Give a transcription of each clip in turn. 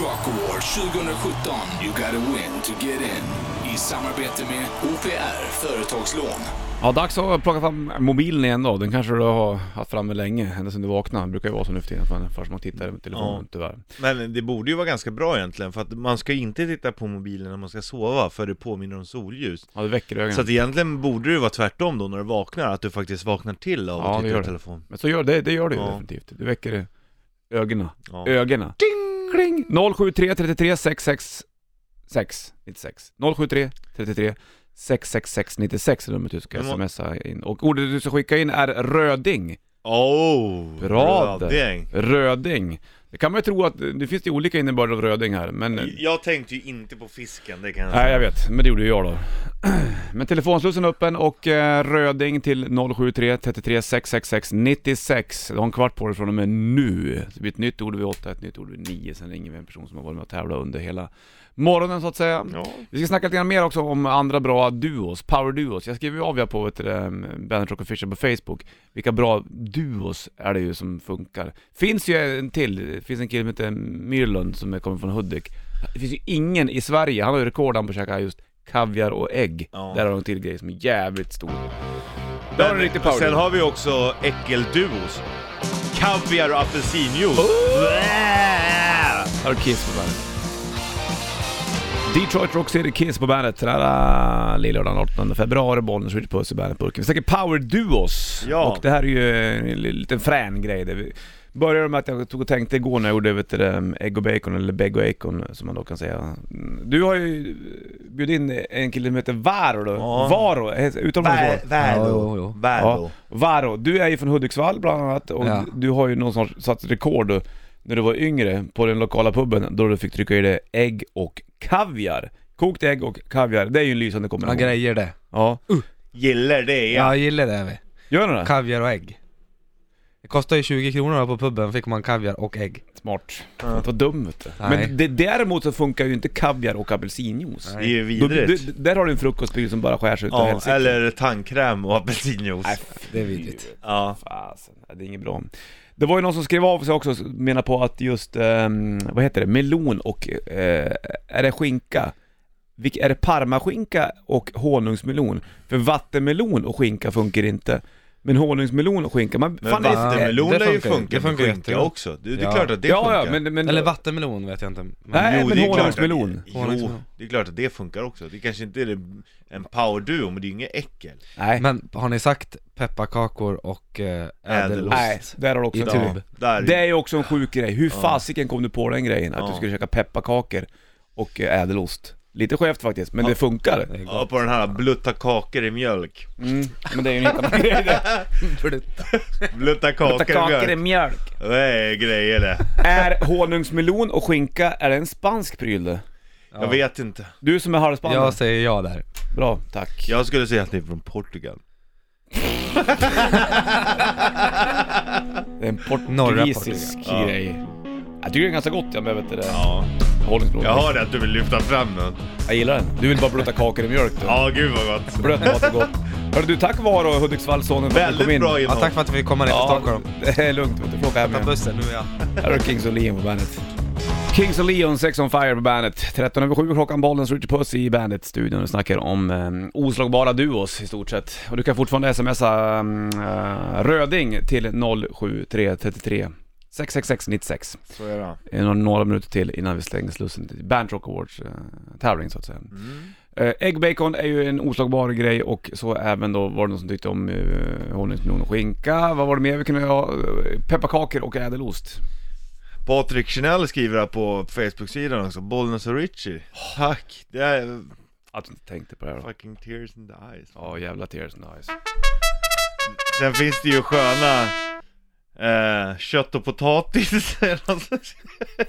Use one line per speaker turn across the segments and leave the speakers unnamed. Rock Award 2017 You gotta win to get in. I samarbete med OPR Företagslån.
Ja, dags att plocka fram mobilen igen då. Den kanske du har haft framme länge, ända sedan du vaknade. Det brukar ju vara så nu för tiden, att man först man tittar på telefonen
Ja.
tyvärr.
Men det borde ju vara ganska bra egentligen för att man ska inte titta på mobilen när man ska sova för det påminner om solljus
Ja, det väcker ögonen.
Så att egentligen borde det vara tvärtom då när du vaknar, att du faktiskt vaknar till av att
Ja, det
titta
gör
på
det.
telefon
Men så gör det, det gör det ju
Ja.
definitivt. Det väcker ögonen.
ja.
Ögonen. Ding! Kling! 073 33 666 96. 073 33 666 96 är numret du ska
Men vad-
smsa in. Och ordet du ska skicka in är röding.
Oh,
Bra där.
röding.
Röding. Det kan man ju tro att, det finns ju olika innebörd av röding här, men...
Jag tänkte ju inte på fisken, det kan jag
Nej
säga
jag vet, men det gjorde ju jag då. Men telefonslussen är öppen och eh, röding till 073 33 666 96. Du har en kvart på dig från och med nu. Det blir ett nytt ord vid 8, ett nytt ord vid 9, sen ringer vi en person som har varit med och tävlat under hela morgonen så att säga.
Ja.
Vi ska snacka lite grann mer också om andra bra duos, power duos. Jag skriver ju av jag på vet, du, eh, Bandit Rock Official på Facebook. Vilka bra duos är det ju som funkar. Finns ju en till, det finns en kille som heter Myrlund som kommer från Hudik. Det finns ju ingen i Sverige, han har ju rekord han på att käka just kaviar och ägg.
Ja.
Där har de en till grej som är jävligt stor. Där har du en riktig power
Sen
duo.
har vi också äckelduos Kaviar och apelsinjuice
Oh,
Blä!
Här har du Kiss på bandet. Detroit Rock City Kiss på bandet. Sådär lillördagen 18 februari, Bollnäs Ritchie Puss i bandet-burken. Vi snackar Power Duos.
Ja.
Och det här är ju en liten frän grej. Det vi började med att jag tog och tänkte igår när jag gjorde vet du, det, ägg och bacon, eller bägg och acon som man då kan säga. Mm, Du har ju bjudit in en kille som heter Varo. då.
Ja.
Varo, he- uttalar man det så?
Ja, jo, jo.
Värdo
Ja, Varo, du är ju från Hudiksvall bland annat och
Ja.
du har ju någon sorts satt rekord då, när du var yngre på den lokala puben då du fick trycka i dig ägg och kaviar. Kokt ägg och kaviar, det är ju en lysande
Ja,
kombination.
grejer det.
Ja.
Gillar det
Ja,
ja.
jag gillar det. vi.
Gör du det?
Kaviar och ägg. Det kostar ju 20 kronor här på puben, fick man kaviar och ägg.
Smart. Fan, Vad dumt vet du.
Nej.
Men det, däremot så funkar ju inte kaviar och apelsinjuice.
Det är ju
Då- du-
vidrigt
du- Där har du en frukostbil som bara skär sig ut Äh, och
Ja,
helsike.
eller tandkräm och apelsinjuice
Nej,
Det är vidrigt.
Ja,
Fasen, det är inget bra. Det var ju någon som skrev av sig också, menar på att just, ehm, vad heter det, melon och, eh, är det skinka? Vilk, är det parmaskinka och honungsmelon? För vattenmelon och skinka funkar inte. Men honungsmelon och skinka, man...
men
fan, det är-
vattenmelon
det
lär ju
funkar.
funka
Det funkar
med skinka
jättebra.
också Det det är
Ja.
klart att det
ja, ja,
funkar
men, men...
Eller vattenmelon vet jag inte. Men...
Nej,
Jo,
men
det är klart att-
honungsmelon.
Jo, det är klart att det funkar också. Det kanske inte är det- en powerduo, men det är ju inget äckel.
Nej,
Men har ni sagt pepparkakor och eh, ädelost?
nej, där har du också
I
en
tub.
tur.
Där.
typ. Det är ju också en sjuk grej. Hur fasiken kom du på den grejen? Att du skulle käka pepparkakor och eh, ädelost? Lite skevt faktiskt, men det funkar.
Det är
Ja,
gott.
på den här blutta kakor i mjölk.
Mm, men det är ju en helt annan grej det.
Blutta kakor, i mjölk.
mjölk.
Det är grejer det.
Är honungsmelon och skinka, är det en spansk pryl det?
Jag vet inte.
Du som är halvspanare.
Jag säger ja där.
Bra, tack.
Jag skulle säga att det är från Portugal.
Det är en
Norra
portugisisk
Portugal. Ja.
grej. Jag tycker det är ganska gott jag med vet du det.
Ja.
Honungsmelon.
Jag hörde att du vill lyfta fram den.
Jag gillar den. Du vill bara blöta kakor i mjölk du.
Ja, gud vad gott.
Blöt mat är gott. Hörru du, tack vare Hudiksvallssonen för att du kom
Väldigt
in.
bra
Ja,
innehåll.
tack för att vi kom ner till
Ja,
Stockholm.
det är lugnt. Du får åka hem
Ta
igen.
bussen, nu är jag...
Här har du Kings och Leon på bandet. Kings och Leon, Sex on Fire på bandet. 13 över 7 klockan, Bollens Ritchie Puss i bandet-studion. Vi snackar om um, oslagbara duos i stort sett. Och du kan fortfarande smsa um, eh, Röding till 07333 666 96.
Så är det.
Eh, Några, några minuter till innan vi stänger slussen till Band Rock Awards eh, tävling så att säga. Eh, Ägg bacon är ju en oslagbar grej och så även då var det någon som tyckte om eh, honungsmelon och skinka. Vad var det mer vi kunde ha? Eh, Pepparkakor och ädelost.
Patrik Schnell skriver här på Facebook-sidan också, Bollnäs och Richie. Tack. Det är
Att du inte tänkte på det här då.
fucking tears in the eyes.
Ja, jävla tears in the eyes.
Sen finns det ju sköna eh, kött och potatis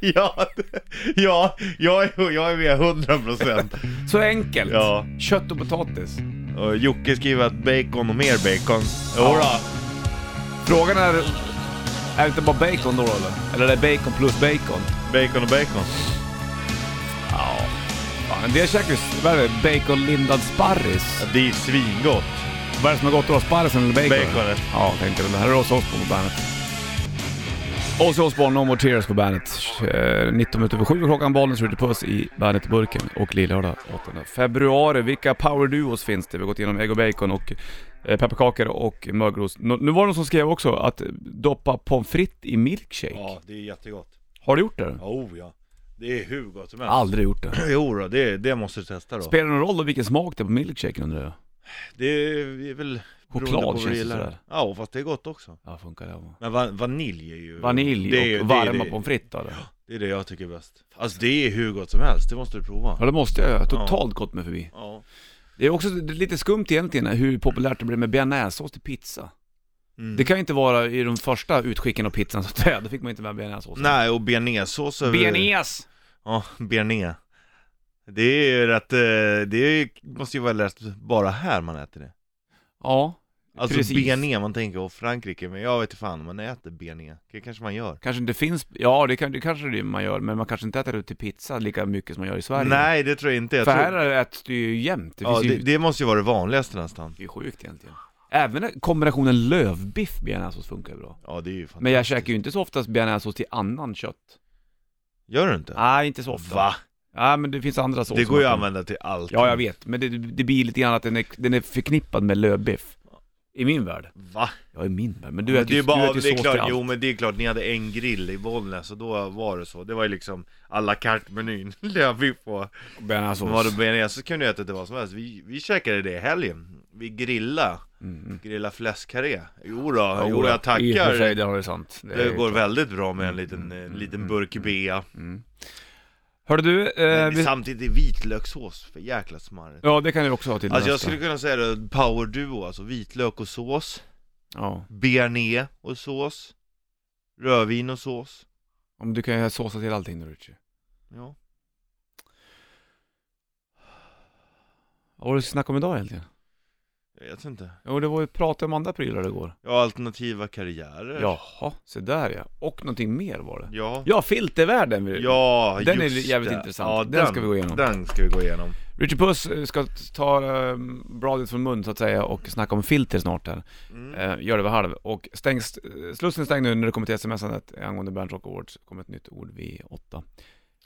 ja, det- ja, jag är, jag är med 100%
Så enkelt!
Ja.
Kött och potatis.
Och Jocke skriver att bacon och mer bacon Jodå,
Ja. Frågan är... Är det inte bara bacon då eller? Eller är det bacon plus bacon?
bacon och bacon
Ja. Fan, en del käkar ju... Vad är det? Bacon lindad sparris.
Det är ju svingott
Vad är det som är gott då? Sparrisen eller bacon?
Baconet.
Ja, tänkte jag. Det här är oss på bandet. Ozzy Osbourne, No More Tears på bandet. Eh, 19 minuter över 7 klockan, Bollnäs skjuter puss i Bandet-burken och Lillördag 8 februari. Vilka powerduos finns det? Vi har gått igenom ägg och bacon och eh, pepparkakor och mögelost. Nå- Nu var det någon som skrev också att doppa pommes frites i milkshake.
Ja, det är jättegott.
Har du gjort det?
Ja, Oh, ja. Det är hur gott som helst.
Aldrig gjort det.
Jo då, det, det måste du testa då.
Spelar det någon roll då vilken smak det är på milkshaken undrar jag?
det är väl beroende
Choklad
på vad du
känns det
gillar.
sådär.
Ja, fast det är gott också.
Ja, funkar det? va?
Men va- vanilj är ju...
Vanilj
det är-
och
det är-
varma
det-
pommes frites då? eller?
Det är det jag tycker är bäst. Alltså det är hur gott som helst, det måste du prova.
Ja det måste jag, jag har totalt gått mig förbi.
Ja.
Det är också lite skumt egentligen hur populärt det blir med bearnaisesås till pizza.
Mm.
Det kan ju inte vara i de första utskicken av pizzan så att säga, då fick man inte med bearnaisesåsen.
Nej, och bearnaisesås över...
Bearnaise!
Ja, bearnaise. Det är ju rätt, eh, det är, ju- måste ju vara lätt bara här man äter det.
Ja,
Alltså
Precis.
bearnaise, man tänker på Frankrike, men jag vet inte fan om man äter bearnaise. Det kanske man gör.
kanske inte finns, ja det, kan, det kanske det man gör, men man kanske inte äter det till pizza lika mycket som man gör i Sverige.
Nej, det tror jag inte. Jag
För
tror...
här äts det ju jämt, det
ja,
finns
det,
ju, det...
det måste ju vara det vanligaste nästan.
är sjukt egentligen. Även kombinationen lövbiff bearnaisesås funkar ju bra.
Ja, det är ju fantastiskt.
Men jag käkar ju inte så oftast bearnaisesås till annan kött.
Gör du inte?
Nej, inte så ofta.
Va?
Nej, men det finns andra såser.
Det
man
går ju
kan-
att använda till allt.
Ja, jag vet. Men det, det blir lite grann att den är, den är förknippad med lövbiff. I min värld.
Va?
Ja, i min värld. Men
Men
du äter
det är
ju
ju bara,
du äter
det
ju
är
sås till
klart,
allt.
jo men det är klart, ni hade en grill i Bollnäs och då var det så. Det var ju liksom à la carte-menyn, lövbiff på.
Bearnaisesås.
Var det bearnaise så kan du äta till vad som helst. Vi, vi käkade det i helgen. Vi grilla, grilla fläskkarré. Jo då, jo, jag
Mm. I och för
tackar.
sig, det Mm, har du sant. Det
Det
är-
går väldigt bra med en liten, en liten burk bea.
Hörru du, eh,
Men
vi...
Samtidigt är vitlökssås för jäkla smarrigt.
Ja, det kan du också ha till
Alltså jag
nästa.
skulle kunna säga det, power duo, alltså vitlök och sås.
Ja.
bearnaise och sås, rödvin och sås.
Om du kan ju såsa till allting då, Richie.
Ja.
Vad var det du snackade om idag egentligen?
Jag vet inte.
Jo, det var ju prata om andra prylar igår.
Ja, alternativa karriärer.
Jaha, se där ja. Och någonting mer var det.
Ja,
Ja, filtervärlden vill
ja
Den
just
är jävligt
det.
intressant.
Ja,
Den ska vi gå igenom.
Den ska vi gå igenom.
Richie Puss eh, ska ta eh, bladet från mun så att säga och snacka om filter snart här. Eh, gör det vid halv. Och stängs, eh, slussen är stängd nu när det kommer till sms-andet angående Bernt Rock Awards. kommer ett nytt ord vid åtta.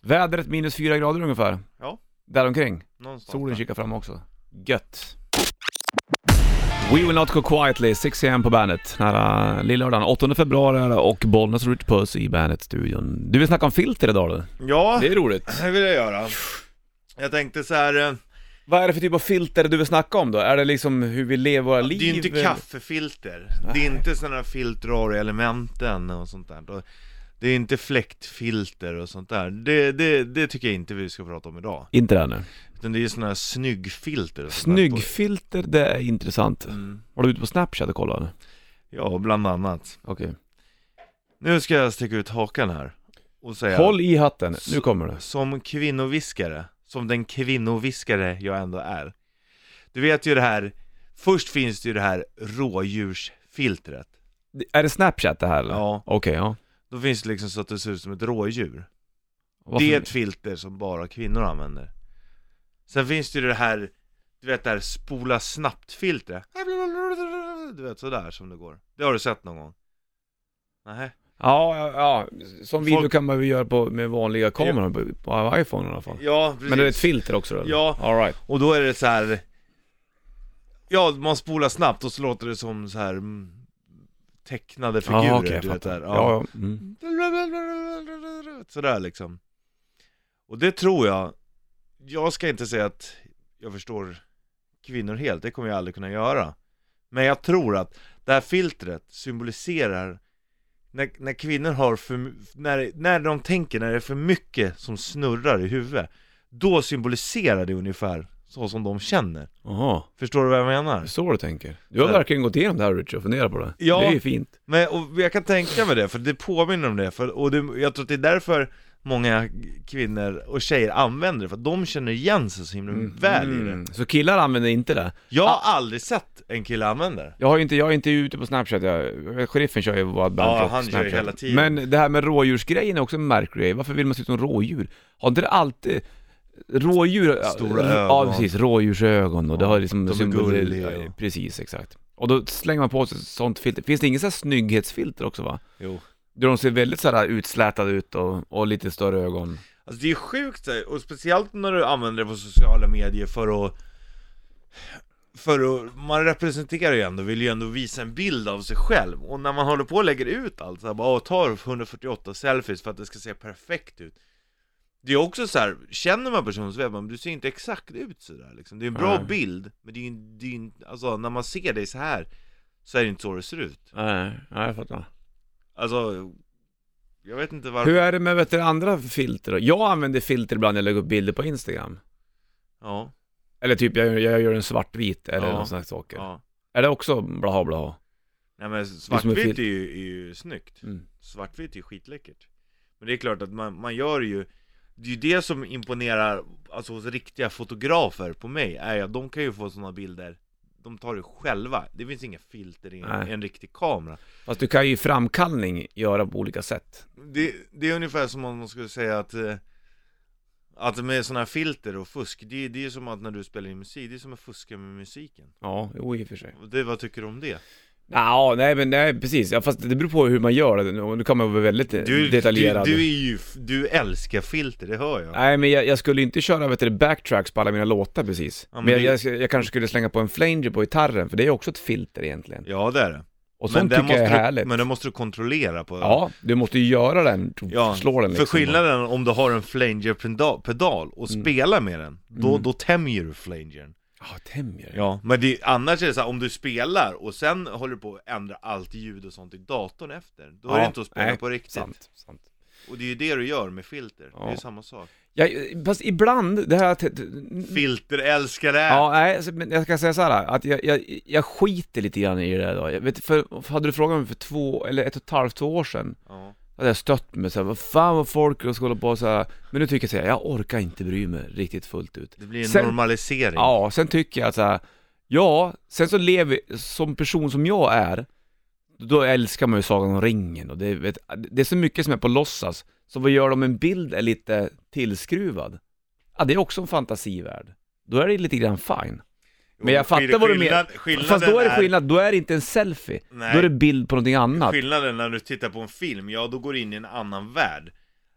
Vädret minus fyra grader ungefär.
Ja.
Däromkring.
Någonstans.
Solen
där.
kikar fram också. Gött. We will not go quietly, 6 am på bandet. Nära lillördagen, 8 februari är det och Bollnäs och Richie Puss i Bandet-studion. Du vill snacka om filter idag du?
Ja,
Det är roligt.
det vill jag göra. Jag tänkte så här, eh,
Vad är det för typ av filter du vill snacka om då? Är det liksom hur vi lever våra
det
liv?
är ju inte kaffefilter. Det är inte sådana här filtrar i elementen och sånt där. Och Det är inte fläktfilter och sånt där. Det, det, det tycker jag inte vi ska prata om idag.
Inte det här nu.
Utan det är sådana här snyggfilter. och sånt där.
Snyggfilter, det är intressant.
Mm.
Var du ute på Snapchat och kollade?
Ja, bland annat.
Okej.
Nu ska jag sticka ut hakan här och säga
Håll i hatten, nu kommer det.
Som kvinnoviskare, som den kvinnoviskare jag ändå är Du vet ju det här, först finns det ju det här rådjursfiltret
Är det Snapchat det här eller?
Ja.
Okej, ja.
Då finns det liksom så att det ser ut som ett rådjur
Varför-
Det är ett filter som bara kvinnor använder Sen finns det ju det här, du vet det här spola snabbt-filtret Du vet sådär som det går, det har du sett någon gång? Nej.
Ja, ja, ja. Som video
Folk-
kan man ju göra på, med vanliga kameror, på, på iPhone i alla fall.
Ja, precis
Men det är ett filter också då? eller?
Ja.
All right.
Och då är det så här. Ja, man spolar snabbt och så låter det som så här mm, tecknade figurer,
Ja, okej, jag
du vet
fattar.
där.
Ja, ja. Mm.
Sådär liksom. Och det tror jag, jag ska inte säga att jag förstår kvinnor helt, det kommer jag aldrig kunna göra. Men jag tror att det här filtret symboliserar när, när kvinnor har för, när, när de tänker, när det är för mycket som snurrar i huvudet, då symboliserar det ungefär så som de känner.
Jaha,
Förstår du vad jag
det
menar?
är så du tänker. Du har
Så här.
verkligen gått igenom det här Richard och funderat på det.
Ja.
Det är ju fint.
Men och jag kan tänka mig det, för det påminner om det, för, och det, jag tror att det är därför många kvinnor och tjejer använder det, för att de känner igen sig så himla väl i det.
Mm. Ah. Så killar använder inte det?
Jag har aldrig sett en kille använda det.
Jag, har ju inte, jag är inte ute på Snapchat, jag, sheriffen kör ju vad
Ja,
Rock
han kör ju
Snapchat.
hela tiden.
Men det här med rådjursgrejen är också en märklig grej. Varför vill man se ut som rådjur? Har inte det alltid... Rådjur... Ja,
Stora ögon.
precis. Rådjursögon och det har liksom...
de är
symbol-
gulliga.
ja, Precis, exakt. Och då slänger man på sig ett sånt filter. Finns det inget sånt här snygghetsfilter också va?
Jo.
Där de ser väldigt så här utslätade ut och, och lite större ögon.
Alltså det är sjukt så här, och speciellt när du använder det på sociala medier för att för att, man representerar ju ändå, vill ju ändå visa en bild av sig själv Och när man håller på och lägger ut allt såhär bara, "Åh, tar 148 selfies för att det ska se perfekt ut Det är också så här, känner man personen så vet man, du ser inte exakt ut sådär liksom Det är en bra
Nej.
bild, men det är ju en- det är ju en- alltså när man ser dig så här Så är det inte så det ser ut
Nej, nej jag fattar.
Alltså, jag vet inte varför
Hur är det med vet du, andra filter då? Jag använder filter ibland när jag lägger upp bilder på Instagram.
Ja,
Eller typ jag, jag gör en svartvit eller
Ja.
någon sån här saker.
ja
Är det också blaha blaha?
Nej men
som en
svartvitt
filt.
är ju, är ju snyggt
Mm.
Svartvitt är ju skitläckert Men det är klart att man, man gör ju Det är ju det som imponerar Alltså hos riktiga fotografer på mig är ju att de kan ju få sådana bilder De tar det själva Det finns inga filter i en,
Nej.
i en riktig kamera
Fast du kan ju framkallning göra på olika sätt.
det, det är ungefär som om man skulle säga att eh, Att med sådana här filter och fusk Det, det är som att när du spelar in musik Det är som att fuska med musiken
Ja, jo i och för sig.
Och det, Vad tycker du om det?
Ja, nej men nej, precis. Ja, fast det beror på hur man gör det. Och Nu kan man vara väldigt
Du,
detaljerad.
Du, du är ju, f- du älskar filter, det hör jag
Nej men jag, jag skulle inte köra vet du, backtracks på alla mina låtar precis.
Ja, men
men jag,
det-
jag, ska- jag kanske skulle slänga på en flanger på gitarren, för det är ju också ett filter egentligen.
Ja det är det
Och
men
sånt
den
tycker jag är
måste du-
härligt.
Men det måste du kontrollera på
Ja, du måste ju göra den,
Ja,
slå den liksom.
För skillnaden om du har en flanger-pedal och
Mm.
spelar med den Då,
Mm.
då tämjer du flangern
Ja, tämjer. Ja.
Ja Men det, annars är det så här, om du spelar och sen håller du på att ändra allt ljud och sånt i datorn efter Då är det
Ja,
inte att spela
nej,
på riktigt
Sant, sant.
Och det är ju det du gör med filter, det är
Ja.
ju samma sak
Jag, fast ibland, det här...
Filterälskare!
Ja, nej, alltså, men jag ska säga så här att jag, jag, jag skiter lite grann i det där då. Jag vet, för, hade du frågat mig för två, eller ett och ett halvt, två år sedan,
Ja.
hade jag stött mig såhär, vad fan vad folk och ska hålla på och så här. Men nu tycker jag såhär, jag orkar inte bry mig riktigt fullt ut.
Det blir en
Sen-
normalisering
Ja, sen tycker jag att så här, ja, sen så lever, som person som jag är, då älskar man ju Sagan om ringen och det, vet, det är så mycket som är på låtsas, så vad gör de om en bild är lite tillskruvad? Ja, det är också en fantasivärld. Då är det lite grann fine.
Jo,
men jag fattar
skill-
vad du menar.
skillnad- Skillnaden
Fast då är det skillnad, då är det inte en selfie,
Nej.
då är det bild på någonting annat.
Skillnaden när du tittar på en film, ja då går du in i en annan värld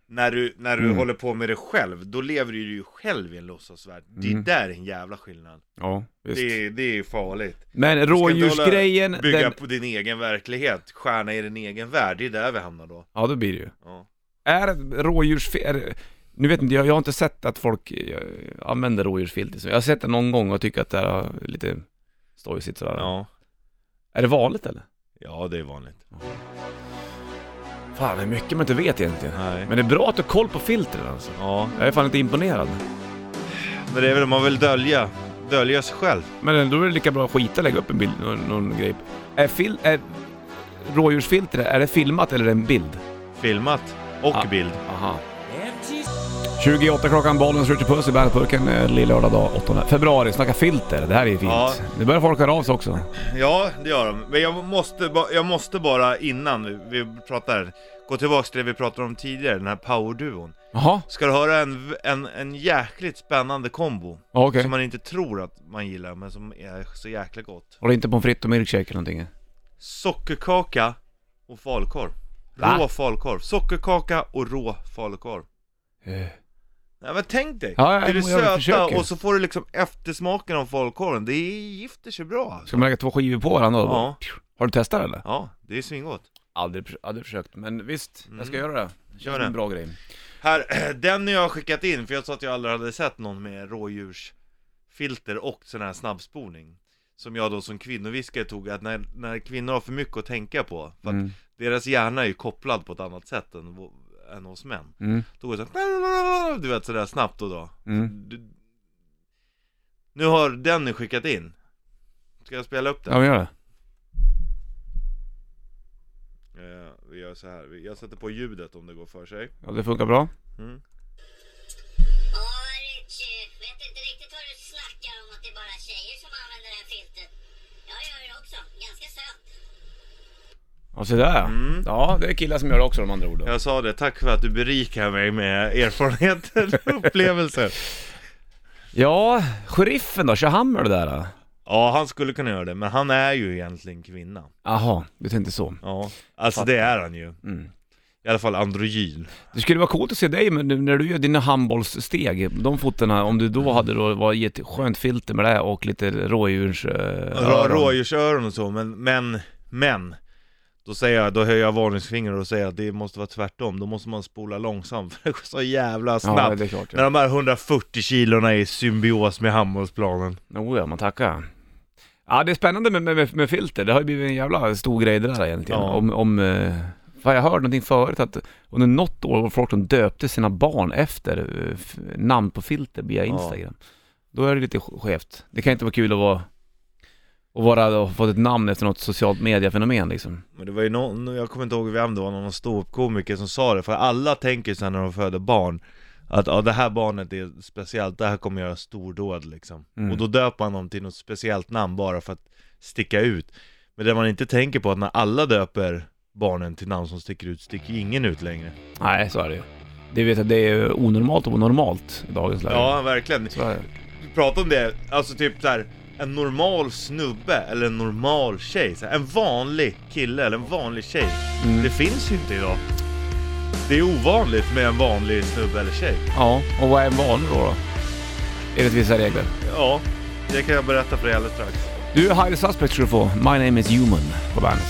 När du, när du
Mm.
håller på med det själv, då lever du ju själv i en låtsasvärld
Mm.
Det där är en jävla skillnad
Ja, visst.
det, är- det är farligt
Men
ska inte hålla-
rådjursgrejen,
Bygga
den,
på din egen verklighet, stjärna i din egen värld, det är där vi hamnar då
ja då blir det ju.
ja.
Är rådjursfilter, nu vet inte jag, jag har inte sett att folk eh, använder rådjursfilter, så jag har sett det någon gång och tycker att det är lite stojsigt sådär.
ja,
Är det vanligt eller?
ja det är vanligt
Fan, det är mycket man inte vet egentligen.
Nej.
Men det är bra att du har koll på filtren alltså.
Ja,
Jag är fan inte imponerad.
men det är väl, man vill dölja, dölja sig själv
Men då är det lika bra att skita och lägga upp en bild, någon, någon grej. Är, fil, är rådjursfilter, är det filmat eller är det en bild?
Filmat, och
Ja.
bild
Aha. 28 klockan, bollen slår till puss i Bandetburken eh, lillördag dag 8 februari. Snacka filter, det här är ju fint.
Ja.
Nu börjar folk höra av sig också.
Ja, det gör de. Men jag måste, ba- jag måste bara innan vi, vi pratar, gå tillbaks till det vi pratade om tidigare, den här powerduon.
Jaha,
Ska du höra en, v- en, en jäkligt spännande kombo,
ja, okej.
som man inte tror att man gillar, men som är så jäkla gott.
Var det inte pommes frites och milkshake eller någonting?
Sockerkaka och falukorv.
Va?
Rå falukorv. Sockerkaka och rå falukorv.
Eh.
Nej men tänk dig!
Ja, ja,
det är det
jag
söta
försöker.
och så får du liksom eftersmaken av falukorven. Det gifter sig bra.
Ska man lägga två skivor på varandra då?
Ja.
Har du testat det eller?
Ja, det är svingott.
Aldrig, förs- aldrig försökt, men visst, jag ska
Mm.
göra det. Det
Gör
känns som en
det.
bra grej.
Här, den jag har skickat in, för jag sa att jag aldrig hade sett någon med rådjursfilter och sån här snabbspolning Som jag då som kvinnoviskare tog, att när, när kvinnor har för mycket att tänka på för att
Mm.
Deras hjärna är ju kopplad på ett annat sätt än, vå- än hos män
Mm.
Då går det såhär, du vet sådär snabbt och då
Mm.
du, Nu har den skickat in Ska jag spela upp den?
Ja, men gör det.
Eh, vi gör så här. Vi- jag sätter på ljudet om det går för sig
Ja, det funkar bra.
mm.
Ja, Richie, vet inte riktigt vad du snackar om att det är bara tjejer som använder det här filtret. Jag gör det också, ganska söt.
Ja, så där ja.
Mm.
Ja, det är killar som gör det också de andra orden.
Jag sa det, tack för att du berikar mig med erfarenheter och upplevelser
Ja, sheriffen då, kör han med det där? då?
Ja, han skulle kunna göra det, men han är ju egentligen kvinna
Jaha, du tänkte så.
Ja, alltså
Fattar.
det är han ju
Mm.
I alla fall androgyn.
Det skulle vara coolt att se dig men nu när du gör dina handbollssteg, de fotona, om du då hade då var i ett skönt filter med det och lite rådjurs... eh,
Rå,
öron.
rådjursöron och så, men, men, men Då säger jag, då höjer jag varningsfinger och säger att det måste vara tvärtom, då måste man spola långsamt för det går så jävla
Ja,
snabbt
det är klart.
När
Ja.
de här 140 kilorna är i symbios med handbollsplanen
Oh, ja, man tackar. Ja, det är spännande med, med, med filter. Det har ju blivit en jävla stor grej det där egentligen.
Ja.
Om, om, eh, fan, jag hörde någonting förut att under något år var det folk som döpte sina barn efter eh, f- namn på filter via
Ja.
Instagram. Då är det lite skevt. Det kan inte vara kul att vara och vara, och ha fått ett namn efter något socialt mediefenomen liksom.
Men det var ju någon, jag kommer inte ihåg vem det var, någon ståuppkomiker som sa det, för alla tänker sen när de föder barn att ja, det här barnet är speciellt, det här kommer göra stordåd liksom.
Mm.
Och då döper man dem till något speciellt namn bara för att sticka ut. Men det man inte tänker på är att när alla döper barnen till namn som sticker ut, sticker ju ingen ut längre.
Nej, så är det ju. Det vet jag, det är ju onormalt och onormalt i dagens läge.
Ja, verkligen.
Så är det.
Vi pratar om det, alltså typ så här. En normal snubbe eller en normal tjej, så här, en vanlig kille eller en vanlig tjej. Det finns ju inte idag. Det är ovanligt med en vanlig snubbe eller tjej.
Ja, och vad är en vanlig då? då? Enligt vissa regler.
Ja, det kan jag berätta för dig alldeles strax.
Du, High Suspect ska du få. My name is human på bandet.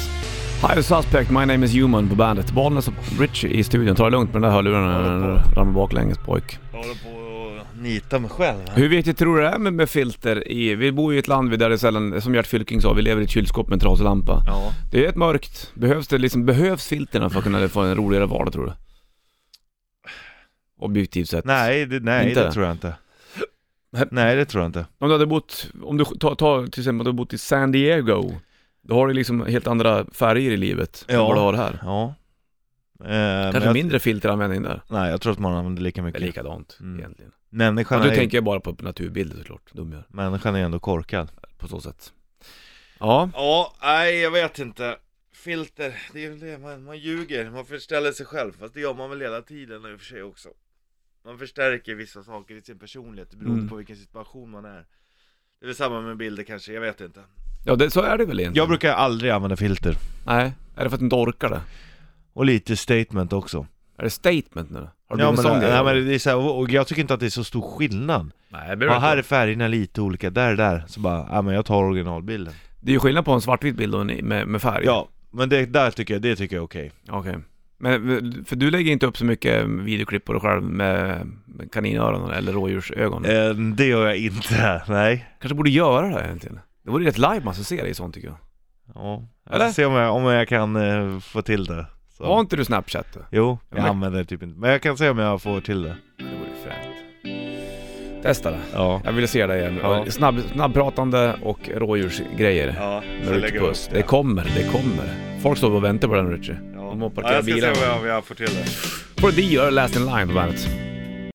High Suspect, My name is human på bandet. Bollnäs och Richie i studion. Ta det lugnt med den där hörlurarna när du ramlar baklänges pojk.
Jag håller på att nita mig själv. här.
Hur viktigt tror du det är med, med filter i... Vi bor ju i ett land där det sällan, som Gert Fylking sa, vi lever i ett kylskåp med en trasig lampa.
Ja.
Det är ett mörkt. Behövs det liksom, behövs filterna för att kunna få en roligare vardag tror du? Objektivt sett.
Nej, det, nej
Inte?
det tror jag inte.
Nej.
Nej, det tror jag inte.
Om du hade bott, om du tar, tar till exempel om du hade bott i San Diego, då har du liksom helt andra färger i livet än
Ja.
vad du har här.
Ja. Eh, men
Kanske
jag,
mindre filteranvändning där.
Nej, jag tror att man använder lika
Det är
mycket.
likadant
Mm.
egentligen. Ja,
Människan,
du
är,
tänker ju bara på naturbilder såklart, de gör
människan är ändå korkad.
på så sätt. Ja,
Ja, nej jag vet inte. Filter, det är väl det, man, man ljuger, man förställer sig själv. Fast det gör man väl hela tiden i och för sig också. Man förstärker vissa saker i sin personlighet beroende
Mm.
på vilken situation man är. Det är väl samma med bilder kanske, jag vet inte.
ja det, så är det väl egentligen.
Jag brukar aldrig använda filter.
Nej, är det för att du inte orkar det?
Och lite statement också.
Är det statement nu? Har du
Ja,
blivit
men,
sån grej?
nej, men det är så här, och och jag tycker inte att det är så stor skillnad.
Nej, det
Ja,
behöver
här
du
är
inte.
färgerna lite olika, där är där. Så bara, ja men jag tar originalbilden.
Det är ju skillnad på en svartvit bild och en i- med, med färg.
Ja, men det där tycker jag, det tycker jag är okej.
Okej. Men, för du lägger inte upp så mycket videoklipp på dig själv med med kaninöron eller rådjursögon?
Eh, det gör jag inte, nej.
Kanske borde göra det här egentligen. Det vore ju rätt live man ska se dig i sånt tycker jag.
Ja,
Eller?
jag får se om jag, om jag kan eh, få till det. Så.
Har inte du Snapchat du?
Jo,
Ja,
jag
men-
använder det typ inte. Men jag kan se om jag får till det.
Det vore ju fränt. Testa det.
Ja.
Jag ville se dig igen.
Ja.
Snabb, snabbpratande och rådjursgrejer.
Ja,
När du är ute på oss. Det kommer, det kommer. Folk står och väntar på den Richie. De har parkerat bilarna.
om jag får till det.
Får du gör Last In Line på bandet.